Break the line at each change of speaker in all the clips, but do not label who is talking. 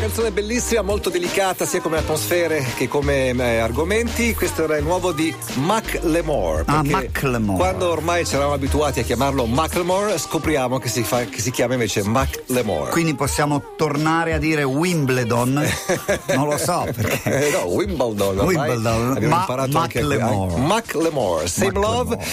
canzone bellissima, molto delicata sia come atmosfere che come eh, argomenti. Questo era il nuovo di Macklemore.
Ah,
perché
Macklemore.
Quando ormai ci eravamo abituati a chiamarlo Macklemore, scopriamo che si, fa- che si chiama invece Macklemore.
Quindi possiamo tornare a dire Wimbledon? non lo so perché.
Eh, no, Wimbledon, ormai
Wimbledon,
abbiamo
ma-
imparato anche a-
Macklemore.
a- Macklemore, Same
Macklemore.
Love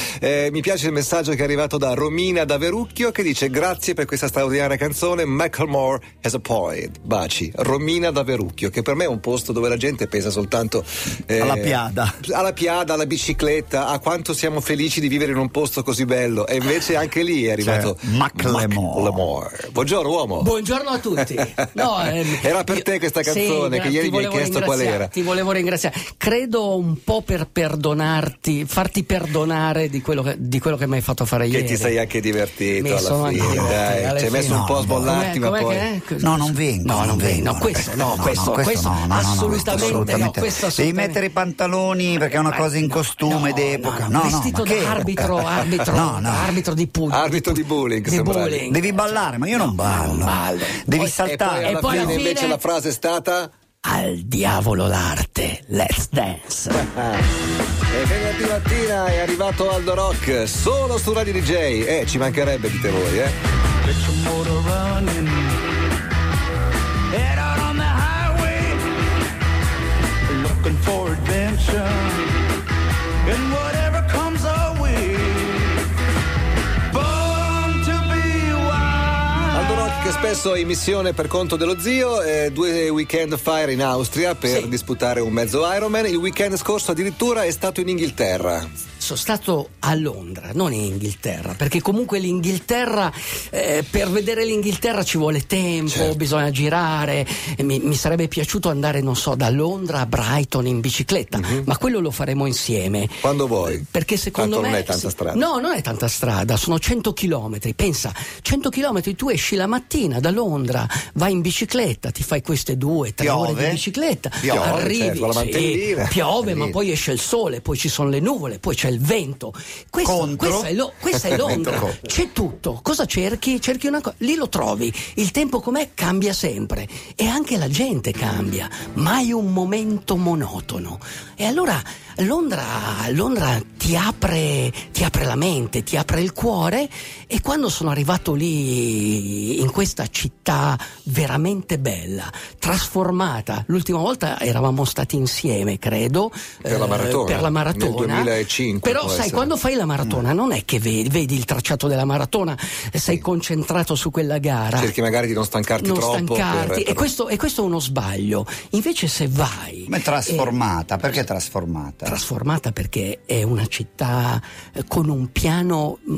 Eh, mi piace il messaggio che è arrivato da Romina da Verucchio che dice grazie per questa straordinaria canzone Macklemore has a point baci, Romina da Verucchio che per me è un posto dove la gente pensa soltanto eh,
Alla piada.
alla piada, alla bicicletta a quanto siamo felici di vivere in un posto così bello e invece anche lì è arrivato
Macklemore.
Macklemore. buongiorno uomo
Buongiorno a tutti. No, ehm,
Era per te questa canzone,
gra-
che ieri
ti
mi hai
volevo
chiesto qual
ringraziare,
era.
Ti volevo ringraziare. Credo un po' per perdonarti, farti perdonare di quello che, di quello che mi hai fatto fare
che
ieri.
ti sei anche divertito
Mi
alla
sono
fine,
anche divertito,
dai.
alla
ci hai
fine.
messo un
No,
po' a
no.
sbollarti, ma
Com'è-
poi.
com'è che è?
No, non vengo.
Ecco. No, non vengo.
non
questo,
vengo.
no, questo, questo,
no, no, no,
assolutamente, no,
assolutamente.
questo
Devi
assolutamente.
mettere i pantaloni perché è una
Ma-
cosa in costume
no,
d'epoca.
no,
No, no, ma
vestito
che
da
epoca?
arbitro, arbitro,
No, no.
arbitro di pugno.
Arbitro di bowling,
Di
sembravi.
bowling.
Devi ballare, ma io non ballo. Devi
Poi-
saltare.
E poi, alla
E poi
fine,
alla fine-
invece la frase è stata.
Al diavolo l'arte, let's dance.
E venerdì mattina è arrivato Aldo Rock solo su Radio DJ. Eh, ci mancherebbe di voi, eh.
Get your motor running. Head out on the highway. Looking for adventure. And whatever comes our way. Born to be wild.
Aldo Rock spesso in missione per conto dello zio, eh, due weekend fa era in Austria per
Sì.
disputare un mezzo Ironman. Il weekend scorso addirittura è stato in Inghilterra.
Sono stato a Londra, non in Inghilterra, perché comunque l'Inghilterra, eh, per vedere l'Inghilterra ci vuole tempo,
Certo.
bisogna girare. E mi, mi sarebbe piaciuto andare, non so, da Londra a Brighton in bicicletta, ma quello lo faremo insieme.
Quando vuoi.
Perché secondo
Tanto
me.
Ah, non è tanta
sì.
strada.
No, non è tanta strada, sono 100 chilometri. Pensa, 100 chilometri tu esci la mattina da Londra, vai in bicicletta, ti fai queste due, tre
Piove.
ore di bicicletta,
Piove,
arrivi,
certo, con la
sì,
mantellina.
piove, ma
Lì.
poi esce il sole, poi ci sono le nuvole, poi c'è il vento.
Contro.
Questo, questa, è lo- questa è
Vento
Londra,
contro.
c'è tutto. Cosa cerchi? Cerchi una cosa, lì lo trovi. Il tempo com'è cambia sempre e anche la gente cambia, mai un momento monotono. E allora Londra, Londra ti, apre, ti apre la mente, ti apre il cuore e quando sono arrivato lì in questa città veramente bella, trasformata, l'ultima volta eravamo stati insieme, credo, eh,
Per la maratona,
per la maratona.
nel 2005
Però
può
sai,
essere.
quando fai la maratona non è che vedi, vedi il tracciato della maratona, eh, sei concentrato su quella gara.
Cerchi magari di non stancarti
non
troppo. per-
stancarti
per-
E, questo, e questo è uno sbaglio. Invece se vai...
Ma è trasformata, perché trasformata?
trasformata perché è una città eh, con un piano mh,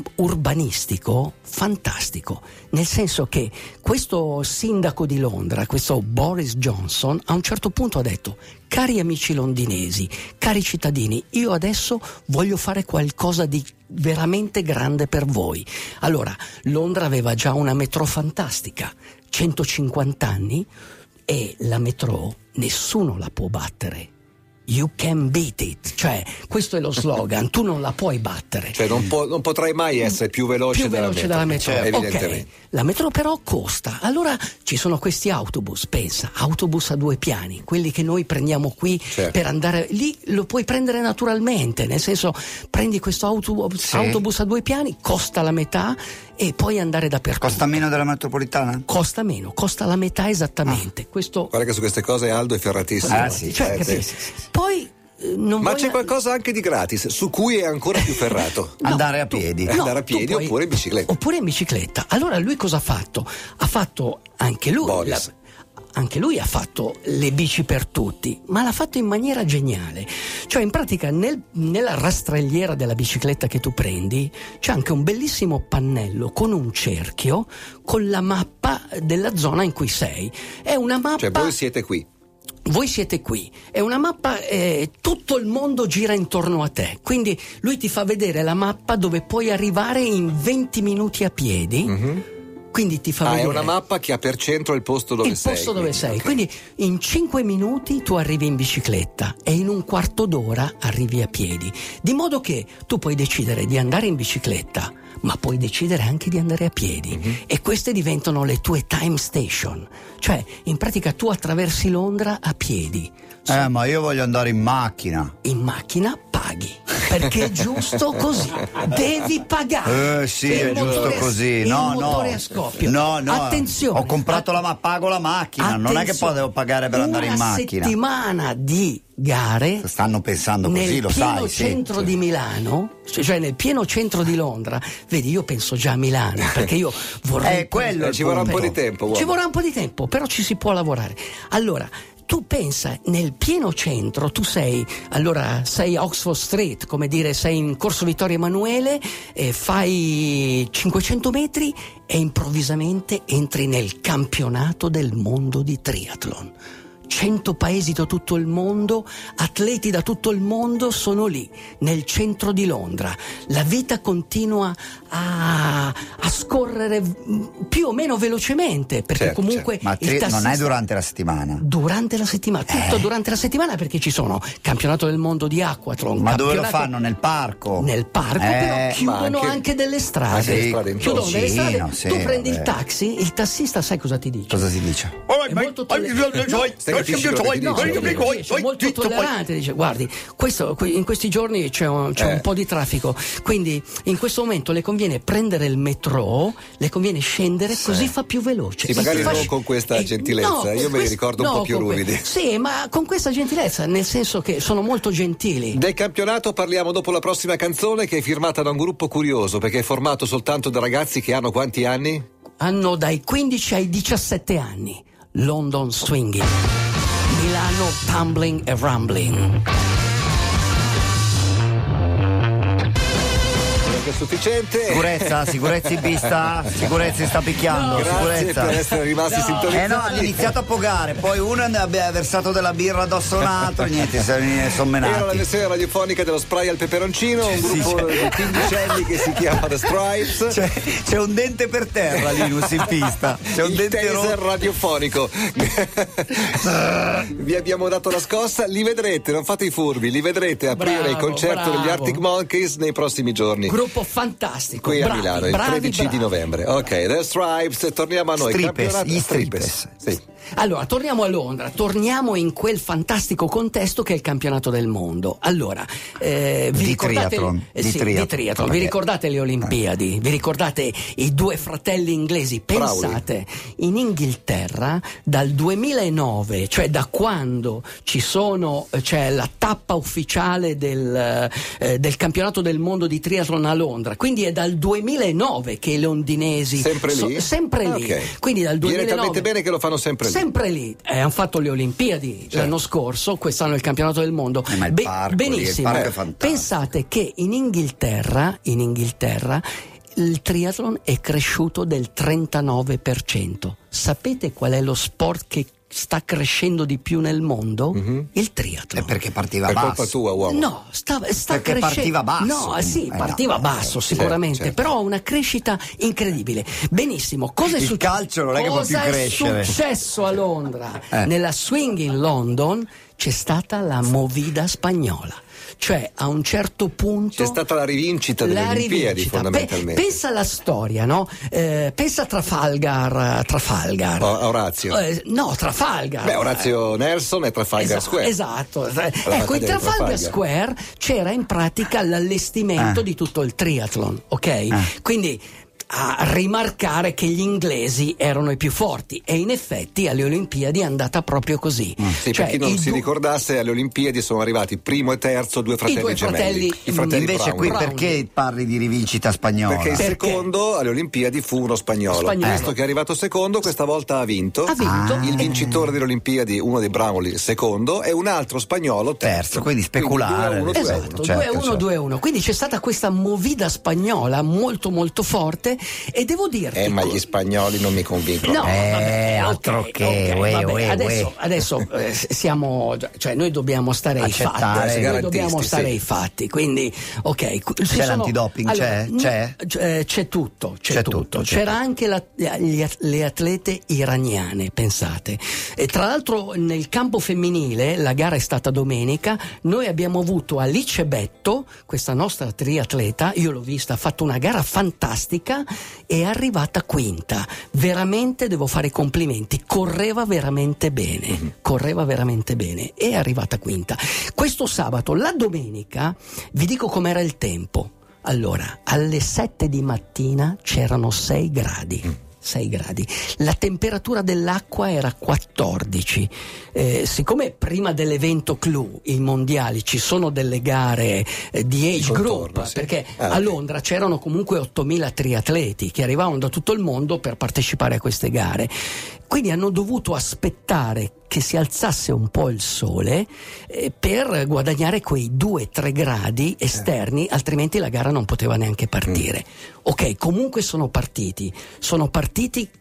urbanistico fantastico, nel senso che questo sindaco di Londra, questo Boris Johnson, a un certo punto ha detto cari amici londinesi, cari cittadini, io adesso voglio fare qualcosa di veramente grande per voi. Allora, Londra aveva già una metro fantastica, 150 anni e la metro nessuno la può battere. You can beat it, cioè questo è lo slogan, tu non la puoi battere.
Cioè, non, può- non potrai mai essere più veloce,
Mm. più veloce
della
della
metro, cioè,
metro, ok.
evidentemente.
La metro però costa. Allora ci sono questi autobus, pensa, autobus a due piani, quelli che noi prendiamo qui
Certo.
per andare lì lo puoi prendere naturalmente, nel senso prendi questo autobus,
Sì.
autobus a due piani, costa la metà e puoi andare dappertutto.
Costa meno della metropolitana?
Costa meno, costa la metà esattamente. Questo
Guarda che su queste cose Aldo è ferratissimo.
Ah, sì,
cioè,
Eh,
capisci?
sì.
Poi eh, non
Ma
vuoi-
c'è qualcosa anche di gratis, su cui è ancora più ferrato.
No,
Andare a
tu-
piedi.
no,
Andare a
tu
piedi
puoi-
oppure in bicicletta.
Oppure in bicicletta. Allora lui cosa ha fatto? Ha fatto anche lui.
Boris.
anche lui ha fatto le bici per tutti, ma l'ha fatto in maniera geniale. Cioè, in pratica, nel- nella rastrelliera della bicicletta che tu prendi c'è anche un bellissimo pannello con un cerchio con la mappa della zona in cui sei. È una mappa.
Cioè, voi siete qui.
Voi siete qui, è una mappa, eh, tutto il mondo gira intorno a te, quindi lui ti fa vedere la mappa dove puoi arrivare in 20 minuti a piedi, Quindi ti fa
Mhm. Ah, è
vedere
una mappa che ha per centro il posto dove
il
sei.
posto dove
quindi,
sei.
ok.
Quindi in 5 minuti tu arrivi in bicicletta e in un quarto d'ora arrivi a piedi. Di modo che tu puoi decidere di andare in bicicletta, ma puoi decidere anche di andare a piedi.
Mhm.
E queste diventano le tue time station. Cioè, in pratica tu attraversi Londra a piedi.
Eh, ma io voglio andare in macchina.
In macchina paghi. Perché è giusto così. Devi pagare.
Eh sì,
Il
è giusto
motore-
così.
il
No, no.
motore a scoppio.
No, no.
Attenzione.
Ho comprato la ma- pago la macchina, non è che poi
Attenzione.
devo pagare per andare in macchina.
Una settimana di gare
Stanno pensando
nel
così, lo
pieno
sai, sì.
centro di Milano, cioè cioè nel pieno centro di Londra. Vedi, io penso già a Milano perché io vorrei
Eh, quello è il
Ci vorrà un po'
punto.
di tempo. guarda.
ci vorrà un po' di tempo, però ci si può lavorare. Allora, tu pensa, nel pieno centro, tu sei, allora, sei a Oxford Street, come dire, sei in Corso Vittorio Emanuele, eh, fai 500 metri e improvvisamente entri nel campionato del mondo di triathlon. 100 paesi da tutto il mondo, atleti da tutto il mondo sono lì, nel centro di Londra. La vita continua a, a scorrere mm, più o meno velocemente, perché
Certo,
comunque
Ma
il
tri- non
tassista-
è Eh. durante la settimana.
durante la settimana, tutto durante la settimana perché ci sono campionato del mondo di acquatron,
Ma dove lo
campionato-
fanno? Nel parco?
Nel parco, però
Eh,
chiudono
ma anche-
anche, delle strade.
anche le strade in
chiudono
Torino.
delle strade,
Sì, no,
tu
sì,
prendi il
vabbè.
taxi, il tassista sai cosa ti dice?
Cosa si dice?
È molto tolle-
Stai capisci quello che
No,
dice?
no,
Dico,
dice, molto tollerante dice guardi questo- que- in questi giorni c'è, un, c'è
Eh.
un po' di traffico quindi in questo momento le conviene prendere il metro le conviene scendere così fa più veloce
Sì, magari
Il fasc-
non con questa
eh,
gentilezza,
no,
io me li
quest-
ricordo un po'
no,
più
con que-
ruvidi.
sì ma con questa gentilezza nel senso che sono molto gentili
Del campionato parliamo dopo la prossima canzone che è firmata da un gruppo curioso perché è formato soltanto da ragazzi che hanno quanti anni?
hanno dai 15 ai 17 anni London Swinging Milano Tumbling e Rumbling
Perché è sufficiente.
Sicurezza, sicurezza in pista, sicurezza sta picchiando,
Grazie
sicurezza.
per essere rimasti
Eh no,
sintonizzati.
hanno iniziato a pogare, poi uno ne abbia versato della birra addosso a un altro, niente, se- sono
Era la
menati.
versione radiofonica dello spray al peperoncino, un gruppo di quindicenni che si chiama The Stripes.
C'è, c'è un dente per terra, Linus, in pista. C'è un
il
dente
taser
rotto.
radiofonico. Vi abbiamo dato la scossa, li vedrete, non fate i furbi, li vedrete aprire
Bravo,
il concerto
bravo.
degli Arctic Monkeys nei prossimi giorni.
gruppo fantastico
Qui a
bravi,
Milano, il
bravi,
13 di
bravi.
novembre. Ok, The Stripes, torniamo a noi.
Stripes,
Campionato-
gli Stripes.
Sì.
Allora, torniamo a Londra, torniamo in quel fantastico contesto che è il campionato del mondo. Allora, eh, vi
Di
ricordate
triathlon,
eh,
di
sì,
triathlon,
triathlon. vi
perché- Eh.
ricordate le Olimpiadi? Vi ricordate i due fratelli inglesi?
Bravo.
Pensate, in Inghilterra dal 2009, cioè da quando ci sono eh, c'è la tappa ufficiale del, eh, del campionato del mondo di triathlon a Londra, quindi è dal 2009 che i londinesi
Sempre
so-
lì?
sempre lì.
Ok.
Quindi dal
Viene
2009
talmente bene che lo fanno sempre lì.
sempre lì. Eh, hanno fatto le Olimpiadi l'anno scorso, quest'anno il campionato del mondo.
Eh, ma il parco lì, il
benissimo. Eh.
parco è fantastico.
Pensate che in Inghilterra, in Inghilterra il triathlon è cresciuto del 39%. Sapete qual è lo sport che sta crescendo di più nel mondo?
Mhm.
Il triathlon.
È perché partiva
Per colpa
basso.
tua, uomo.
No, sta, sta
Perché
crescendo.
partiva basso,
No, sì,
comunque. Eh,
partiva
no,
basso
certo,
sicuramente,
certo.
però ha una crescita incredibile. Benissimo, cosa è
Il
successo?
calcio non è che può più crescere.
È successo a Londra?
Eh.
Nella swing in London c'è stata la movida spagnola. Cioè, a un certo punto
C'è stata la rivincita delle
la
Olimpiadi,
rivincita.
fondamentalmente.
Pe- pensa alla storia, no? Eh, pensa a Trafalgar, a Trafalgar.
O- a Orazio.
Eh, no, Trafalgar.
Beh, Orazio Nelson e Trafalgar
eh. Esatto,
Square.
Esatto. ecco,
battaglia
in
di
Trafalgar,
Trafalgar.
Square c'era in pratica l'allestimento
Ah.
di tutto il triathlon, ok?
Ah.
Quindi a rimarcare che gli inglesi erano i più forti e in effetti alle Olimpiadi è andata proprio così.
Mm. Sì,
Cioè,
per chi non
i
si
du-
ricordasse, alle Olimpiadi sono arrivati primo e terzo due fratelli
due
gemelli.
fratelli,
I fratelli
Invece
Brown.
qui
Brownie.
perché parli di rivincita spagnola?
Perché il
Perché?
secondo alle Olimpiadi fu uno spagnolo.
Spagnolo.
Visto che è arrivato secondo, questa volta ha vinto. Ah.
Ha vinto.
Il vincitore delle Olimpiadi, uno dei Brownlee, secondo, e un altro spagnolo, terzo.
Terzo, quindi speculare.
Quindi due a uno, due a uno.
Esatto,
Certo,
2-1,
certo.
2-1. Quindi c'è stata questa movida spagnola molto molto forte e devo dirti...
Eh, ma gli spagnoli non mi convincono.
No,
Eh,
vabbè, ok,
altro che, eh,
ok,
uè,
vabbè,
uè,
adesso,
uè.
adesso, eh, siamo, cioè noi dobbiamo stare ai
Accettare.
fatti, eh, noi
Garantisti,
dobbiamo stare
sì.
ai fatti, quindi ok. cu- ci
C'è l'antidoping? C'è?
no,
C'è?
c'è- cioè, eh, c'è tutto, c'è,
C'è
tutto.
tutto, c'è
C'era anche la- gli at- le atlete iraniane, pensate. E tra l'altro nel campo femminile, la gara è stata domenica, noi abbiamo avuto Alice Betto, questa nostra triatleta, io l'ho vista, ha fatto una gara fantastica, è arrivata quinta. Veramente devo fare i complimenti, correva veramente bene, correva veramente bene, è arrivata quinta. Questo sabato, la domenica, vi dico com'era il tempo. Allora, alle 7 di mattina c'erano 6
Mm.
gradi. 6 gradi. La temperatura dell'acqua era 14. Eh, siccome prima dell'evento clou, i mondiali, ci sono delle gare eh, di age
contorno,
group,
sì.
perché
Ah,
a
ok.
Londra c'erano comunque 8.000 triatleti che arrivavano da tutto il mondo per partecipare a queste gare. Quindi hanno dovuto aspettare che si alzasse un po' il sole eh, per guadagnare quei 2-3 gradi esterni, altrimenti la gara non poteva neanche partire. Ok, comunque sono partiti, sono partiti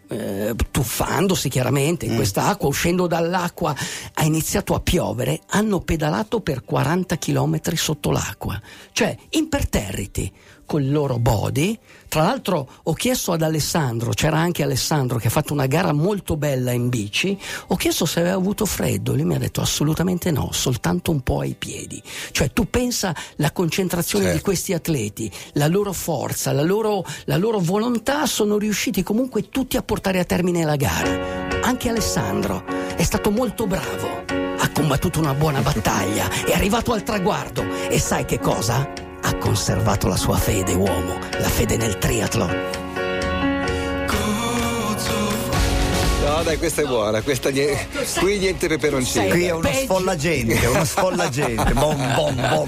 eh, tuffandosi chiaramente in quest'acqua, uscendo dall'acqua, ha iniziato a piovere, hanno pedalato per 40 km sotto l'acqua, cioè imperterriti col loro body. Tra l'altro ho chiesto ad Alessandro, c'era anche Alessandro che ha fatto una gara molto bella in bici, ho chiesto se aveva avuto freddo, lui mi ha detto assolutamente no, soltanto un po' ai piedi. Cioè tu pensa la concentrazione di
Certo.
questi atleti, la loro forza, la loro, la loro volontà sono riusciti comunque tutti a portare a termine la gara. Anche Alessandro è stato molto bravo, ha combattuto una buona battaglia, è arrivato al traguardo e sai che cosa? Ha conservato la sua fede, uomo, la fede nel triathlon.
No, dai, questa è buona. Questa nie-
Ecco,
Qui niente peperoncino.
Qui è uno
Peggio.
sfollagente, uno sfollagente. Bom, bom, bom, bom.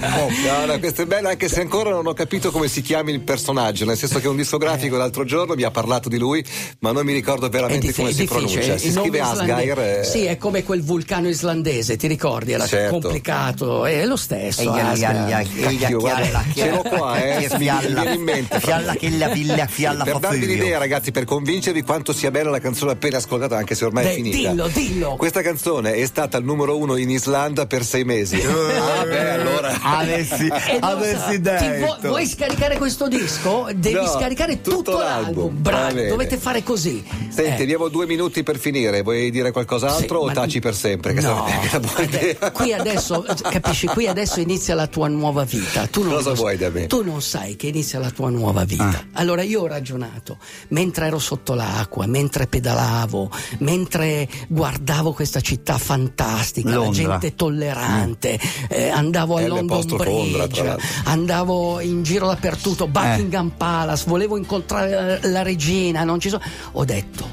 No, no, questo è bello, anche se ancora non ho capito come si chiami il personaggio, nel senso che un
Eh.
discografico l'altro giorno mi ha parlato di lui, ma non mi ricordo veramente
dif-
come si pronuncia. Si
eh? il nome
scrive
islande-
Asgair. eh,
Sì, è come quel vulcano islandese, ti ricordi? Era
Certo.
complicato, è lo
E gli
stesso. Asgair.
Cacchio, guarda,
acchialla,
ce l'ho qua, eh, mi viene in mente.
Fialla che la villa, fialla
per
fa
darvi
figlio.
l'idea, ragazzi, per convincervi quanto sia bella la canzone appena ascoltata, anche se ormai è
Beh,
finita.
dillo, dillo.
Questa canzone è stata al numero uno in Islanda per sei
Eh.
mesi. ah, beh, allora.
Avessi,
E Eh, non
avessi
sa- ti
detto.
vuo- vuoi scaricare questo disco? Devi
No,
scaricare tutto,
tutto l'album.
l'album.
Va
Bravi,
bene.
dovete fare così.
Senti,
Eh.
abbiamo due minuti per finire. Vuoi dire
Sì,
qualcos'altro
ma-
o taci per sempre? Che
no,
sarebbe una buona
Vabbè,
idea.
qui adesso capisci qui adesso inizia la tua nuova vita tu non,
Cosa
lo-
vuoi da me? Ah.
tu non sai che inizia la tua nuova vita allora io ho ragionato mentre ero sotto l'acqua mentre pedalavo mentre guardavo questa città fantastica la
Londra.
gente tollerante eh, andavo a
L
London
apostrofo Mm. Londra, tra
Bridge
l'altro. Eh.
andavo in giro dappertutto Buckingham Palace volevo incontrare eh, la- la regina non ci sono ho detto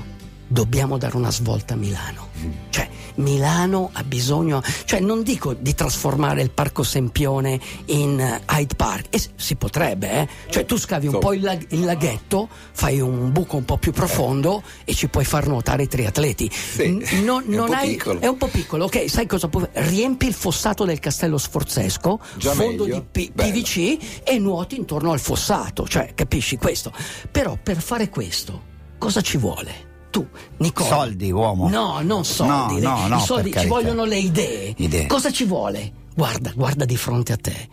dobbiamo dare una svolta a Milano. Cioè, Milano ha bisogno, cioè non dico di trasformare il Parco Sempione in eh, Hyde Park, e s- si potrebbe, eh? cioè tu scavi un
Insomma.
po' il, lag- il laghetto, fai un buco un po' più profondo e ci puoi far nuotare i triatleti. N- non-
è un
non
po'
hai-
piccolo.
È un po' piccolo, ok, sai cosa puoi fare? Riempi il fossato del Castello Sforzesco,
Già
fondo
meglio.
di P-
Bello.
PVC e nuoti intorno al fossato, cioè capisci questo. Però per fare questo cosa ci vuole? Tu, Nicola.
Soldi, uomo.
No, non soldi.
No, no,
I
no,
soldi
per
ci
carità.
vogliono le idee.
Idee.
Cosa ci vuole? Guarda, guarda di fronte a te.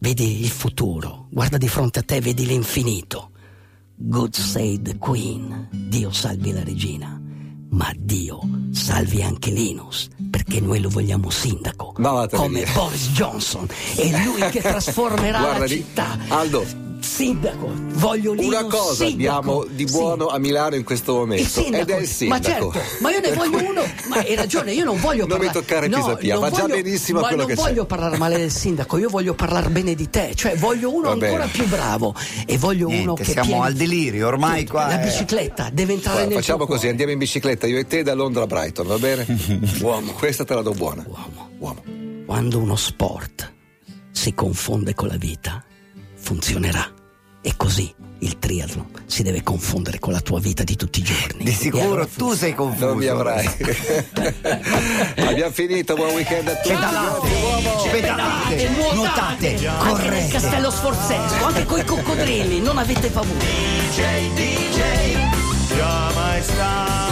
Vedi il futuro, guarda di fronte a te, vedi l'infinito. God save the Queen, Dio salvi la regina, ma Dio salvi anche Linus, perché noi lo vogliamo sindaco,
Ma vattene
come
via.
Boris Johnson, è lui che trasformerà
Guarda
la
lì.
città.
Aldo.
Sindaco, voglio Linus
Una cosa
sindaco.
abbiamo di
Sì.
buono a Milano in questo
Il
momento
sindaco.
ed è il
Ma
sindaco.
certo, ma io ne
Per
voglio
cui-
uno. Ma hai ragione, io non voglio
Non mi
parlare.
toccare
no,
Pisapia,
non
va già
voglio-
benissimo
ma
quello
non
che c'è.
voglio parlare male del sindaco, io voglio parlare bene di te, cioè voglio uno
Va
ancora
bene.
più bravo e voglio uno
Niente,
che
siamo
pian-
al delirio, ormai
Tutto,
qua eh.
La
è-
bicicletta deve entrare
Guarda,
nel
facciamo
tuo
così,
cuore.
andiamo in bicicletta io e te da Londra a Brighton, va bene? Uomo. Questa te la do buona.
Uomo.
Uomo.
Quando uno sport si confonde con la vita, funzionerà E così il triathlon si deve confondere con la tua vita di tutti i giorni.
Di
E
sicuro
allora-
tu sei confuso.
Non mi avrai. Abbiamo finito, buon weekend a tutti.
Pedalate, pedalate, nuotate,
Anche nel
correte.
castello sforzesco, anche coi coccodrilli, non avete paura.
DJ, you're my star.